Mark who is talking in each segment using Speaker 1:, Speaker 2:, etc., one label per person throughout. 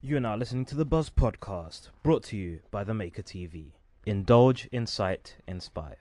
Speaker 1: You are now listening to the Buzz Podcast, brought to you by the Maker TV. Indulge, incite, inspire.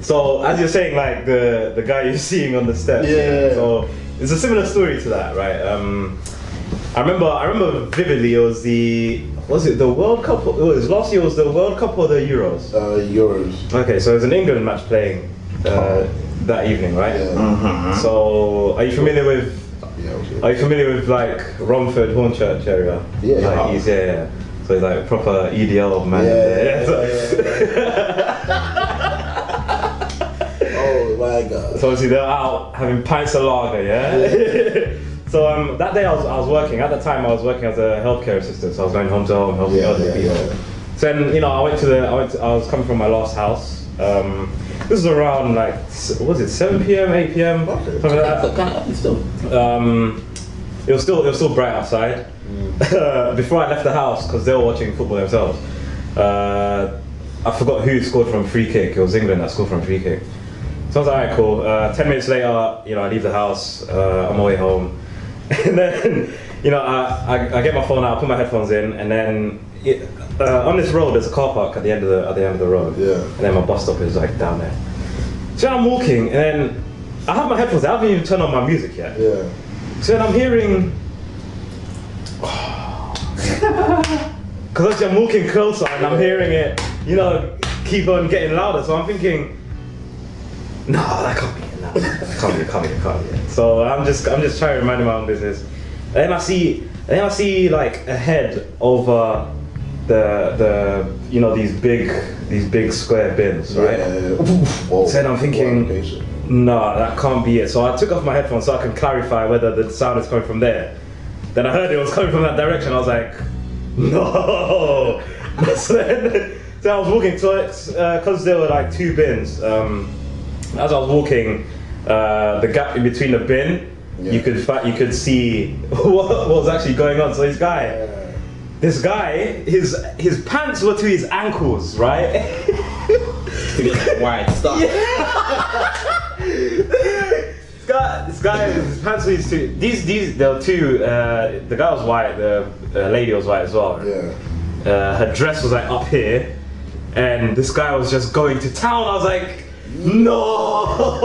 Speaker 2: So as you're saying, like the the guy you're seeing on the steps.
Speaker 3: Yeah.
Speaker 2: So it's a similar story to that, right? Um, I remember, I remember vividly. It was the was it the World Cup? It was last year. Was the World Cup or the Euros?
Speaker 3: uh, Euros.
Speaker 2: Okay, so it was an England match playing uh, that evening, right?
Speaker 3: Yeah.
Speaker 2: So are you familiar with?
Speaker 3: Yeah,
Speaker 2: Are
Speaker 3: okay.
Speaker 2: you familiar with like Romford Hornchurch area?
Speaker 3: Yeah, yeah.
Speaker 2: Like, he's, yeah, yeah. So he's like proper EDL man.
Speaker 3: Yeah, yeah,
Speaker 2: so-
Speaker 3: Oh my god.
Speaker 2: So obviously they're out having pints of lager, yeah. so um, that day I was, I was working. At that time I was working as a healthcare assistant. So I was going home to home helping
Speaker 3: Yeah,
Speaker 2: elderly
Speaker 3: yeah,
Speaker 2: people.
Speaker 3: yeah.
Speaker 2: So then you know I went to the I, went to, I was coming from my last house. Um, this was around like s- what was it 7 p.m. 8 p.m.
Speaker 3: Okay.
Speaker 2: something like that. Um, it was still it was still bright outside. Before I left the house because they were watching football themselves. Uh, I forgot who scored from free kick. It was England that scored from free kick. So I was like, alright, cool. Uh, Ten minutes later, you know, I leave the house. Uh, I'm on my way home, and then, you know, I, I, I get my phone out, put my headphones in, and then it, uh, on this road, there's a car park at the end of the at the end of the road.
Speaker 3: Yeah.
Speaker 2: And then my bus stop is like down there. So I'm walking, and then I have my headphones. I haven't even turned on my music yet.
Speaker 3: Yeah.
Speaker 2: So then I'm hearing. Because I'm walking closer and I'm hearing it, you know, keep on getting louder. So I'm thinking, no, that can't be it. No, that can't be it. Can't be it. Can't be it. So I'm just, I'm just trying to remind my own business. And then I see, and then I see like a head over the, the, you know, these big, these big square bins, right?
Speaker 3: Whoa.
Speaker 2: So then I'm thinking-
Speaker 3: Wow, patient.
Speaker 2: No, that can't be it. So I took off my headphones so I can clarify whether the sound is coming from there. Then I heard it was coming from that direction. I was like, no. so, then, so I was walking to it because there were like two bins. Um, as I was walking, uh, the gap in between the bin, you
Speaker 3: Yeah.
Speaker 2: could fi- you could see what was actually going on. So this guy,
Speaker 3: Yeah.
Speaker 2: this guy, his his pants were to his ankles, right?
Speaker 4: Why? Stop.
Speaker 2: This guy, this guy, his pants were two. These, these, there were two. Uh, the guy was white. The uh, lady was white as well.
Speaker 3: Yeah.
Speaker 2: Uh, her dress was like up here, and this guy was just going to town. I was like, no,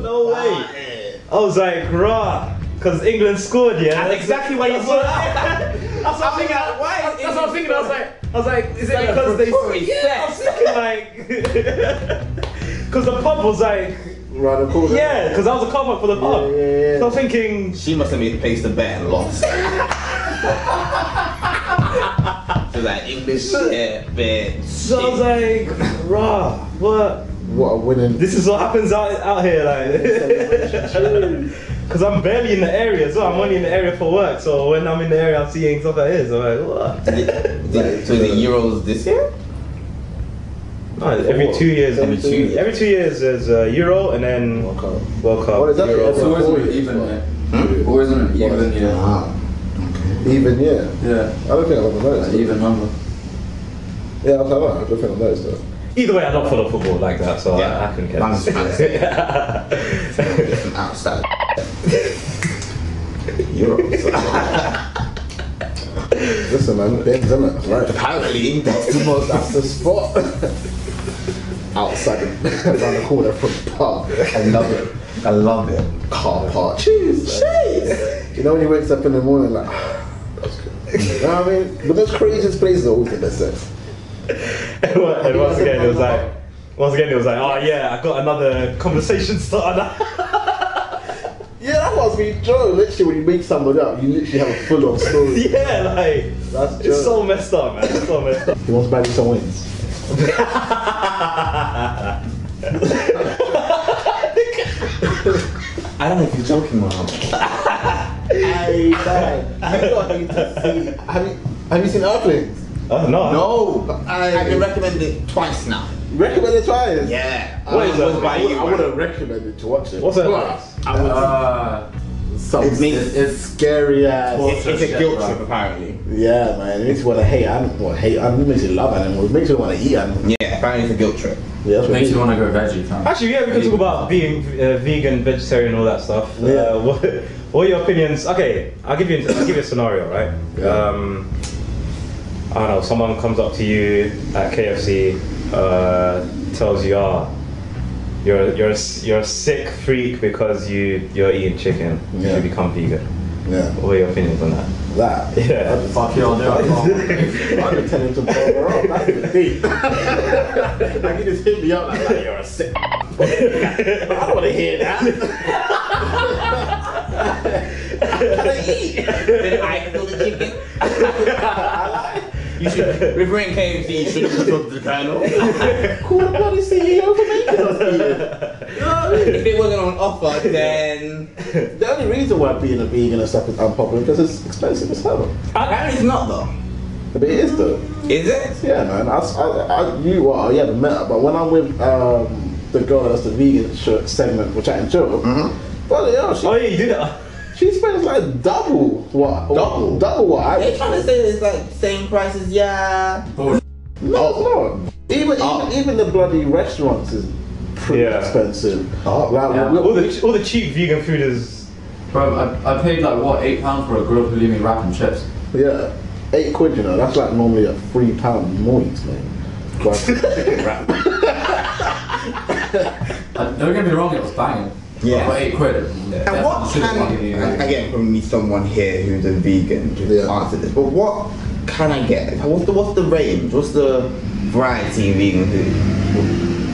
Speaker 2: no way. I was like, rah, because England scored. Yeah,
Speaker 4: That's exactly what you
Speaker 2: That's
Speaker 4: said.
Speaker 2: That's what I'm thinking.
Speaker 4: like, why is
Speaker 2: That's what I'm
Speaker 4: England
Speaker 2: thinking. I was
Speaker 4: scoring?
Speaker 2: like, I was like, is it
Speaker 4: like a
Speaker 2: because they?
Speaker 4: preparatory
Speaker 2: Yeah, I was thinking like, because the pub was like.
Speaker 3: Round the corner.
Speaker 2: Yeah, because that was a cover for the pub.
Speaker 3: Yeah, yeah, yeah.
Speaker 2: So I'm thinking,
Speaker 4: She must have made the place the bet and lost. so that English yeah, bet.
Speaker 2: so I was like, rah, what?
Speaker 3: What a winning.
Speaker 2: This is what happens out, out here, like. Because I'm barely in the area, so I'm only in the area for work. So when I'm in the area, I'm seeing stuff like this. I'm like, what?
Speaker 4: Did- did- so the Euros this year?
Speaker 2: No, every two years,
Speaker 3: Every two years.
Speaker 2: every two years, there's uh, Euro and then
Speaker 3: World Cup.
Speaker 2: World Cup.
Speaker 3: What is that?
Speaker 2: Euro.
Speaker 3: That's
Speaker 5: So
Speaker 3: what-
Speaker 5: is it even year?
Speaker 4: Hmm?
Speaker 5: Or is it even
Speaker 4: Uh-huh.
Speaker 5: year?
Speaker 3: Ah. Even yeah.
Speaker 5: Yeah.
Speaker 3: I don't think I've ever noticed.
Speaker 5: Even number.
Speaker 3: that. Yeah, I was like, oh, I don't think I've noticed that.
Speaker 2: Either way, I don't follow football like that, so I, I couldn't care.
Speaker 4: Man's fancy
Speaker 2: yeah,
Speaker 4: from outside. Euros.
Speaker 3: Listen, man, Ben's in it, right?
Speaker 4: Apparently, that's the most.
Speaker 3: That's the spot. Outside, the- around the corner from the pub. I love it.
Speaker 4: I love it.
Speaker 3: Car park. Cheese. You know when you wakes up in the morning like, that's good. You know what I mean? But those craziest places are always the best sex.
Speaker 2: and once again, it was like, once again, it was like, oh yeah, I got another conversation starter.
Speaker 3: Yeah, that must be Joe. Literally, when you make someone up, you literally have a full-on story.
Speaker 2: Yeah, like
Speaker 3: That's
Speaker 2: it's
Speaker 3: Joe.
Speaker 2: so messed up, man. It's so messed up.
Speaker 3: he wants to buy me some wins.
Speaker 4: I don't know if you're joking, Mom.
Speaker 3: Hey, man, you don't need to see. Have you have you seen Earthlings?
Speaker 2: Oh, no.
Speaker 4: No,
Speaker 3: I-
Speaker 4: I've been recommended it twice now.
Speaker 3: Recommend it twice.
Speaker 4: Yeah.
Speaker 3: What
Speaker 2: is that?
Speaker 4: was by you?
Speaker 3: I would have recommended to watch it.
Speaker 2: What's that?
Speaker 3: But I would.
Speaker 5: Uh,
Speaker 3: some,
Speaker 4: It
Speaker 3: it's,
Speaker 4: makes-
Speaker 3: it's scary ass.
Speaker 4: It's, it's a guilt
Speaker 5: Right.
Speaker 4: trip, apparently.
Speaker 3: Yeah, man. It makes you want to hate animals. Well, hate animals. It makes you love animals. It makes you want to eat animals.
Speaker 4: Yeah, apparently it's a guilt trip.
Speaker 3: Yeah, that's what
Speaker 5: Makes
Speaker 3: it
Speaker 5: you
Speaker 3: is.
Speaker 5: want to go veggie, fam.
Speaker 2: Actually, yeah, we can talk about being uh, vegan, vegetarian, all that stuff.
Speaker 3: Yeah.
Speaker 2: Uh, what, what are your opinions? Okay, I'll give you I'll give you a scenario, right?
Speaker 3: Yeah.
Speaker 2: Um, I don't know. Someone comes up to you at KFC, uh, tells you, "Ah, you're you're a, s- you're a sick freak because you you're eating chicken.
Speaker 3: Yeah.
Speaker 2: You should become vegan."
Speaker 3: Yeah,
Speaker 2: What are your opinions on that?
Speaker 3: that.
Speaker 2: Yeah.
Speaker 3: I'd
Speaker 5: Fuck you all day.
Speaker 3: I can tell him to blow her up. That's the thing. like he just hit me up like, "Nah, you're a sick. I don't want to hear that.
Speaker 4: then I kill the chicken. you should, if we're in KFC, you should have talked to the colonel.
Speaker 3: Cool bloody CEO for making us eat it.
Speaker 4: if it wasn't on offer, then
Speaker 3: The only reason why being a vegan and stuff is unpopular because it's expensive as hell.
Speaker 4: apparently it's not though.
Speaker 3: But it is though.
Speaker 4: Is it?
Speaker 3: Yeah, man. I, I, I you well, yeah, met her, but when I'm with um, the girl that's the vegan sh- segment, which I enjoy, mm-hmm. but yeah,
Speaker 2: Oh
Speaker 3: she,
Speaker 2: yeah, you do that.
Speaker 3: she spends like double what
Speaker 4: Double?
Speaker 3: double what I.
Speaker 4: They trying to say it's like same price as yeah.
Speaker 3: No, it's not. Even even even the bloody restaurants is pretty
Speaker 2: Yeah.
Speaker 3: expensive. Like,
Speaker 5: Yeah.
Speaker 3: we-
Speaker 2: All the all the cheap vegan food is.
Speaker 5: Bro, I, I paid like what, £8 for a grilled halloumi wrap and chips.
Speaker 3: Yeah, eight quid. You know, that's like normally a three pound moist, man. But chicken wrap.
Speaker 5: Uh, don't get me wrong, it was banging.
Speaker 4: Yeah.
Speaker 5: But eight quid.
Speaker 4: And what can
Speaker 5: can
Speaker 4: again probably need someone here who's a vegan to
Speaker 3: Yeah.
Speaker 4: answer this? But what can I get? What's the what's the range? What's the variety in vegan food?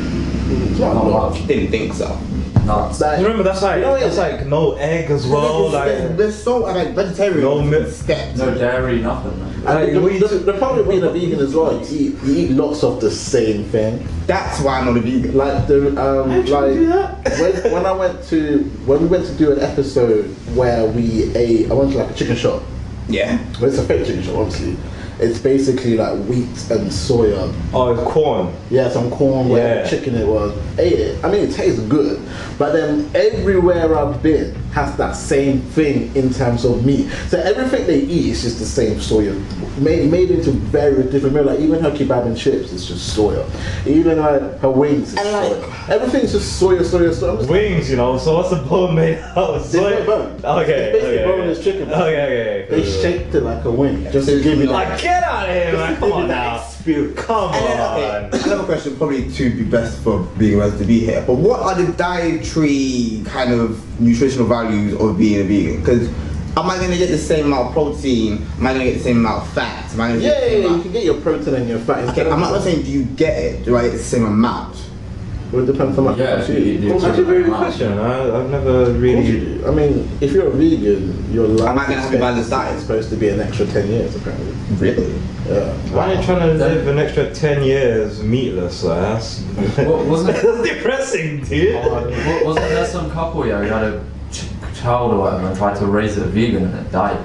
Speaker 5: Not much.
Speaker 4: Didn't think so.
Speaker 5: Nuts.
Speaker 3: Like,
Speaker 2: Remember that's like
Speaker 4: No, yeah.
Speaker 2: that's like no egg as well.
Speaker 4: There's-
Speaker 2: Like
Speaker 4: there's, there's so like vegetarian
Speaker 2: No milk.
Speaker 4: steps.
Speaker 5: No dairy, nothing. Man.
Speaker 2: Like,
Speaker 3: the,
Speaker 2: what you
Speaker 3: the,
Speaker 2: do-
Speaker 3: the problem with being a vegan as well, you eat, you eat lots of the same thing.
Speaker 4: That's why I'm not a vegan.
Speaker 3: Like the um, like when, when I went to when we went to do an episode where we ate, I went to like a chicken shop,
Speaker 4: Yeah.
Speaker 3: but it's a fake chicken shop, obviously. It's basically like wheat and soya.
Speaker 2: oh it's corn.
Speaker 3: Yeah, some corn, whatever
Speaker 2: Yeah.
Speaker 3: chicken it was. Ate it. I mean, it tastes good, but then everywhere I've been has that same thing in terms of meat. So everything they eat is just the same soya, made, made into very different meal. Like even her kebab and chips is just soya. Even like her wings is
Speaker 4: And, like-
Speaker 3: soya. Everything's just soya, soya, soya. I'm just
Speaker 2: Wings, you know. So what's the bone made out of? Soy?
Speaker 3: no bone.
Speaker 2: Okay.
Speaker 3: It's basically
Speaker 2: okay,
Speaker 3: boneless
Speaker 2: okay.
Speaker 3: chicken.
Speaker 2: Okay, okay, okay.
Speaker 3: They shaped it like a wing, just to give you
Speaker 2: Like,
Speaker 3: that.
Speaker 2: get out of here, man.
Speaker 3: just to give
Speaker 2: Come
Speaker 3: you
Speaker 2: on
Speaker 3: that
Speaker 2: now.
Speaker 3: experience.
Speaker 2: Come
Speaker 4: And then,
Speaker 2: on.
Speaker 4: okay, another question probably to be best for being able to be here. But what are the dietary kind of nutritional values of being a vegan? Because am I going to get the same amount of protein? Am I going to get the same amount of fat? Am I going to
Speaker 3: Yeah,
Speaker 4: get
Speaker 3: yeah,
Speaker 4: the same
Speaker 3: yeah, you
Speaker 4: amount?
Speaker 3: can get your protein and your fat. instead
Speaker 4: Okay,
Speaker 3: of-
Speaker 4: I'm not saying do you get it? Do I get the same amount?
Speaker 3: Well, it depends how much
Speaker 5: Yeah,
Speaker 3: you
Speaker 5: you-
Speaker 3: eat.
Speaker 5: you-
Speaker 3: Of course
Speaker 2: That's a very good question. I, I've never really.
Speaker 3: I mean, if you're a vegan, your life
Speaker 4: I'm not gonna have a balanced diet.
Speaker 3: is supposed to be an extra 10 years, apparently.
Speaker 4: Really?
Speaker 3: Yeah.
Speaker 2: Why are you trying to live an extra 10 years meatless? Like, that's,
Speaker 5: What, wasn't it?
Speaker 2: that's depressing, dude.
Speaker 5: Wa- Wasn't there some couple yeah, who had a ch- child or whatever and tried to raise it vegan and it died?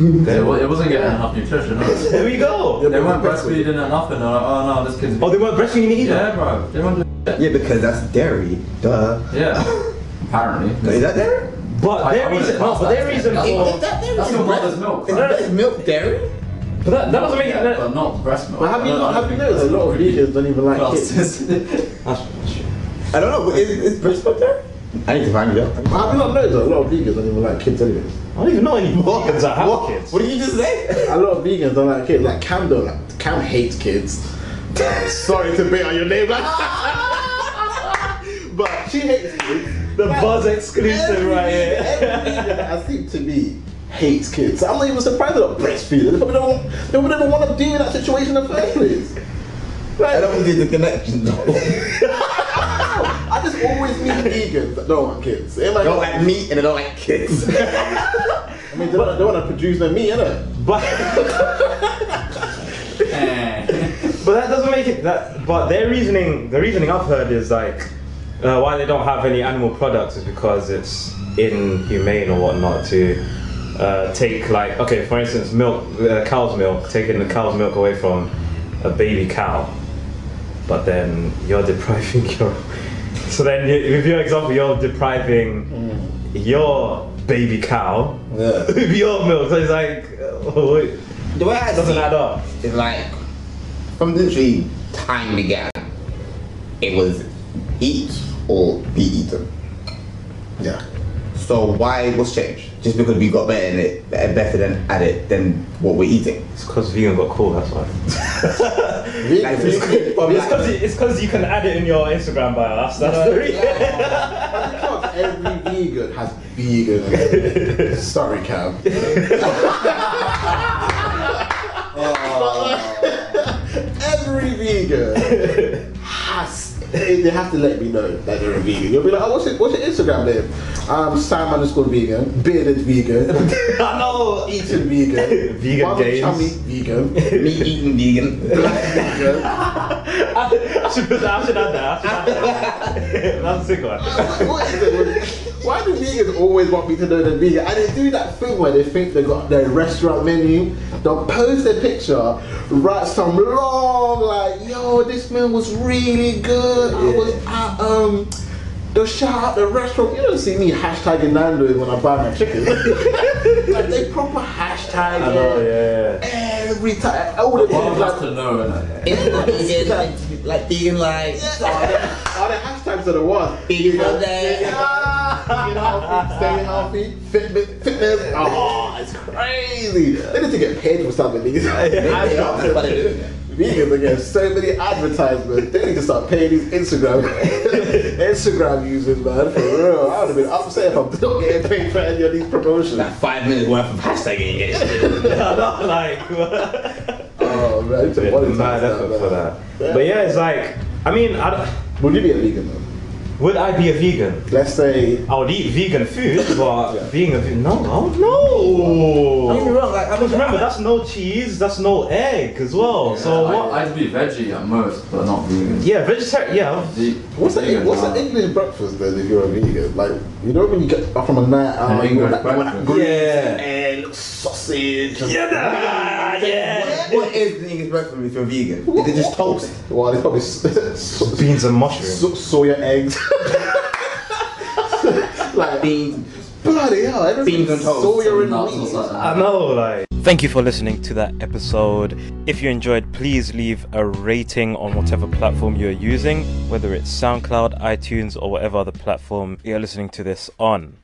Speaker 5: It, wa- it wasn't getting enough nutrition. Was it?
Speaker 2: There we go.
Speaker 5: They weren't breastfeeding enough and they're like, oh no, this kid's.
Speaker 2: Oh, they weren't breastfeeding either.
Speaker 5: yeah, bro. They weren't doing shit.
Speaker 4: Yeah, because that's dairy. Duh.
Speaker 5: Yeah. Apparently.
Speaker 4: Is that dairy?
Speaker 2: But
Speaker 5: I- I
Speaker 2: their
Speaker 5: wouldn't
Speaker 2: reason, no,
Speaker 5: class
Speaker 2: but
Speaker 5: that
Speaker 2: their
Speaker 5: as
Speaker 2: reason
Speaker 5: dairy.
Speaker 2: for.
Speaker 4: Is that dairy?
Speaker 5: That's your brother's milk.
Speaker 4: Is
Speaker 5: right?
Speaker 4: that milk dairy?
Speaker 2: But that, that doesn't make
Speaker 5: Yeah,
Speaker 2: it.
Speaker 5: but not breast milk.
Speaker 3: But have you,
Speaker 5: I don't
Speaker 3: not, have you
Speaker 5: think
Speaker 3: noticed a
Speaker 5: that's
Speaker 3: lot of
Speaker 5: really
Speaker 3: vegans don't even like
Speaker 5: classed
Speaker 3: kids?
Speaker 5: as-
Speaker 2: That's,
Speaker 4: I don't know. but Is, is breast milk dairy? I need to find it out.
Speaker 3: Have you not noticed a lot of vegans don't even like kids anyways?
Speaker 2: I don't even know any vegans that have
Speaker 4: what?
Speaker 2: kids.
Speaker 4: What did you just say?
Speaker 3: A lot of vegans don't like kids. Like Cam don't like, Cam hates kids. Sorry to be on your name like But she hates kids.
Speaker 2: The buzz exclusive
Speaker 3: Every
Speaker 2: right here.
Speaker 3: vegan I think to me hates kids. So I'm not even surprised about breastfeeding. They probably don't. They probably never want to be in that situation in the first place.
Speaker 4: I don't do the connection though.
Speaker 3: I just always meet vegans that don't want kids. Am Eh, I?
Speaker 4: I don't like meat and I don't like kids.
Speaker 3: I mean, they don't, they want to produce no meat, innit?
Speaker 2: But
Speaker 5: Eh.
Speaker 2: but that doesn't make it that. But their reasoning, the reasoning I've heard is like uh, why they don't have any animal products is because it's inhumane or whatnot to uh, take like okay, for instance, milk, uh, cow's milk, taking the cow's milk away from a baby cow, but then you're depriving your. So then, you- with your example, you're depriving your baby cow
Speaker 4: Yeah.
Speaker 2: with your milk. So it's like, oh, wait,
Speaker 4: The way I
Speaker 2: doesn't
Speaker 4: see
Speaker 2: add up.
Speaker 4: It's like from literally time began, it was eat or be eaten.
Speaker 3: Yeah.
Speaker 4: So why was changed? Just because we got better in it, better than at it than what we're eating.
Speaker 2: It's because vegan got cool, that's why.
Speaker 3: Really?
Speaker 4: Like, it's good, but
Speaker 2: It's
Speaker 4: like-
Speaker 2: because it's because you can add it in your Instagram bio. That's, that's the reason.
Speaker 3: Because every vegan has vegan. in it. Sorry, Cam. Oh. every vegan has. They they have to let me know that they're a vegan. You'll be like, oh, what's, it, what's your Instagram name? Um, Sam underscore vegan, bearded vegan,
Speaker 2: I know.
Speaker 3: eaten vegan,
Speaker 2: Vegan
Speaker 3: Mama
Speaker 2: games.
Speaker 3: Chummy vegan,
Speaker 4: me eating vegan.
Speaker 3: vegan.
Speaker 2: I should, I should add that. I should add that. That's a sick one.
Speaker 3: What- what is it with- Why do vegans always want me to know they're vegan? And they do that thing where they think they got their restaurant menu, they'll post their picture, write some long like, yo, this meal was really good. I was at um the shout out the restaurant. You don't see me hashtagging Nando's when I buy my chicken. like they proper hashtag
Speaker 2: I know, yeah. yeah.
Speaker 3: every time. All the
Speaker 5: Well,
Speaker 3: things like,
Speaker 5: that's to know, innit?
Speaker 4: It's not vegan, like, like vegan, like
Speaker 3: are the, are the hashtags are the ones.
Speaker 4: Vegan Monday.
Speaker 3: Vegan healthy, stay healthy, Fitbit, fitness. Oh, it's crazy. They need to get paid for something. These
Speaker 4: they are, that's what they do.
Speaker 3: vegans are getting so many advertisements. They need to start paying these Instagram Instagram users, man. For real, I would have been upset if I'm not getting paid for any of these promotions.
Speaker 4: five minutes worth of hashtagging. it.
Speaker 2: I know, like.
Speaker 3: Oh man, it's a
Speaker 2: Yeah,
Speaker 3: money
Speaker 2: mad
Speaker 3: task,
Speaker 2: effort
Speaker 3: man.
Speaker 2: for that. But yeah, it's like, I mean, I don't-
Speaker 3: Would you be a vegan though?
Speaker 2: would I be a vegan?
Speaker 3: Let's say
Speaker 2: I would eat vegan food, but
Speaker 3: Yeah.
Speaker 2: being a vegan, no, no, no.
Speaker 4: Don't get me wrong, like, I'm-
Speaker 2: Because remember, that's no cheese, that's no egg as well. so
Speaker 5: I-
Speaker 2: what?
Speaker 5: I'd be veggie at most, but not vegan.
Speaker 2: yeah, vegetarian. Yeah,
Speaker 5: The-
Speaker 3: What's an
Speaker 5: vegan,
Speaker 3: what's
Speaker 5: uh,
Speaker 3: an English breakfast then if you're a vegan? Like you know when you get up from a night out,
Speaker 5: An
Speaker 3: you want
Speaker 5: English
Speaker 3: that, you want that
Speaker 5: breakfast.
Speaker 3: green
Speaker 2: Yeah.
Speaker 3: egg, sausage. and-
Speaker 2: yeah, nah, yeah.
Speaker 4: what is the English breakfast if you're vegan? Is it just toast?
Speaker 3: Well, it's probably s- so-
Speaker 2: Beans and mushrooms.
Speaker 3: so- soya eggs. like
Speaker 4: Beans,
Speaker 3: bloody hell, everything
Speaker 4: Beans and toast.
Speaker 3: soya
Speaker 5: nuts or
Speaker 3: and meat.
Speaker 5: something.
Speaker 2: I know, like.
Speaker 1: Thank you for listening to that episode. If you enjoyed, please leave a rating on whatever platform you're using, whether it's SoundCloud, iTunes, or whatever other platform you're listening to this on.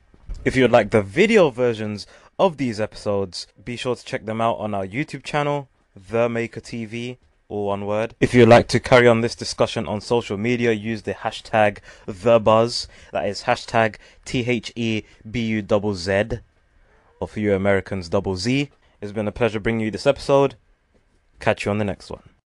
Speaker 1: If you would like the video versions of these episodes, be sure to check them out on our YouTube channel, The Maker TV, all one word. If you'd like to carry on this discussion on social media, use the hashtag TheBuzz. That is hashtag T H E B U double Z or for you Americans, double Z. It's been a pleasure bringing you this episode. Catch you on the next one.